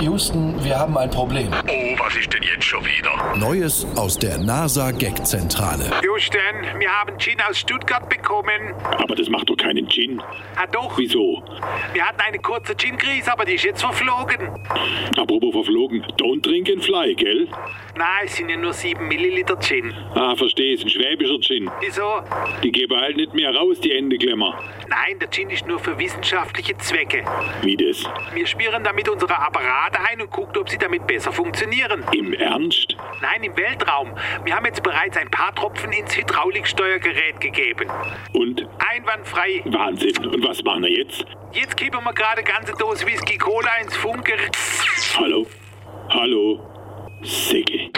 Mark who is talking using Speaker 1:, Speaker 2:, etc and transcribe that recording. Speaker 1: Houston, wir haben ein Problem.
Speaker 2: Oh, was ist denn jetzt schon wieder?
Speaker 3: Neues aus der NASA-Gag-Zentrale.
Speaker 4: Houston, wir haben Gin aus Stuttgart bekommen.
Speaker 2: Aber das macht doch keinen Gin.
Speaker 4: Ah doch,
Speaker 2: Wieso?
Speaker 4: wir hatten eine kurze Gin-Krise, aber die ist jetzt verflogen.
Speaker 2: Apropos verflogen, don't drink and fly, gell?
Speaker 4: Nein, es sind ja nur 7 Milliliter Gin.
Speaker 2: Ah, versteh, ist ein schwäbischer Gin.
Speaker 4: Wieso?
Speaker 2: Die geben halt nicht mehr raus, die Endeklemmer.
Speaker 4: Nein, der Gin ist nur für wissenschaftliche Zwecke.
Speaker 2: Wie das?
Speaker 4: Wir schmieren damit unsere Apparate ein und gucken, ob sie damit besser funktionieren.
Speaker 2: Im Ernst?
Speaker 4: Nein, im Weltraum. Wir haben jetzt bereits ein paar Tropfen ins Hydrauliksteuergerät gegeben.
Speaker 2: Und?
Speaker 4: Einwandfrei.
Speaker 2: Wahnsinn. Und was machen wir jetzt?
Speaker 4: Jetzt kippen wir gerade ganze Dose Whisky Cola ins Funkgerät.
Speaker 2: Hallo? Hallo? Säcke.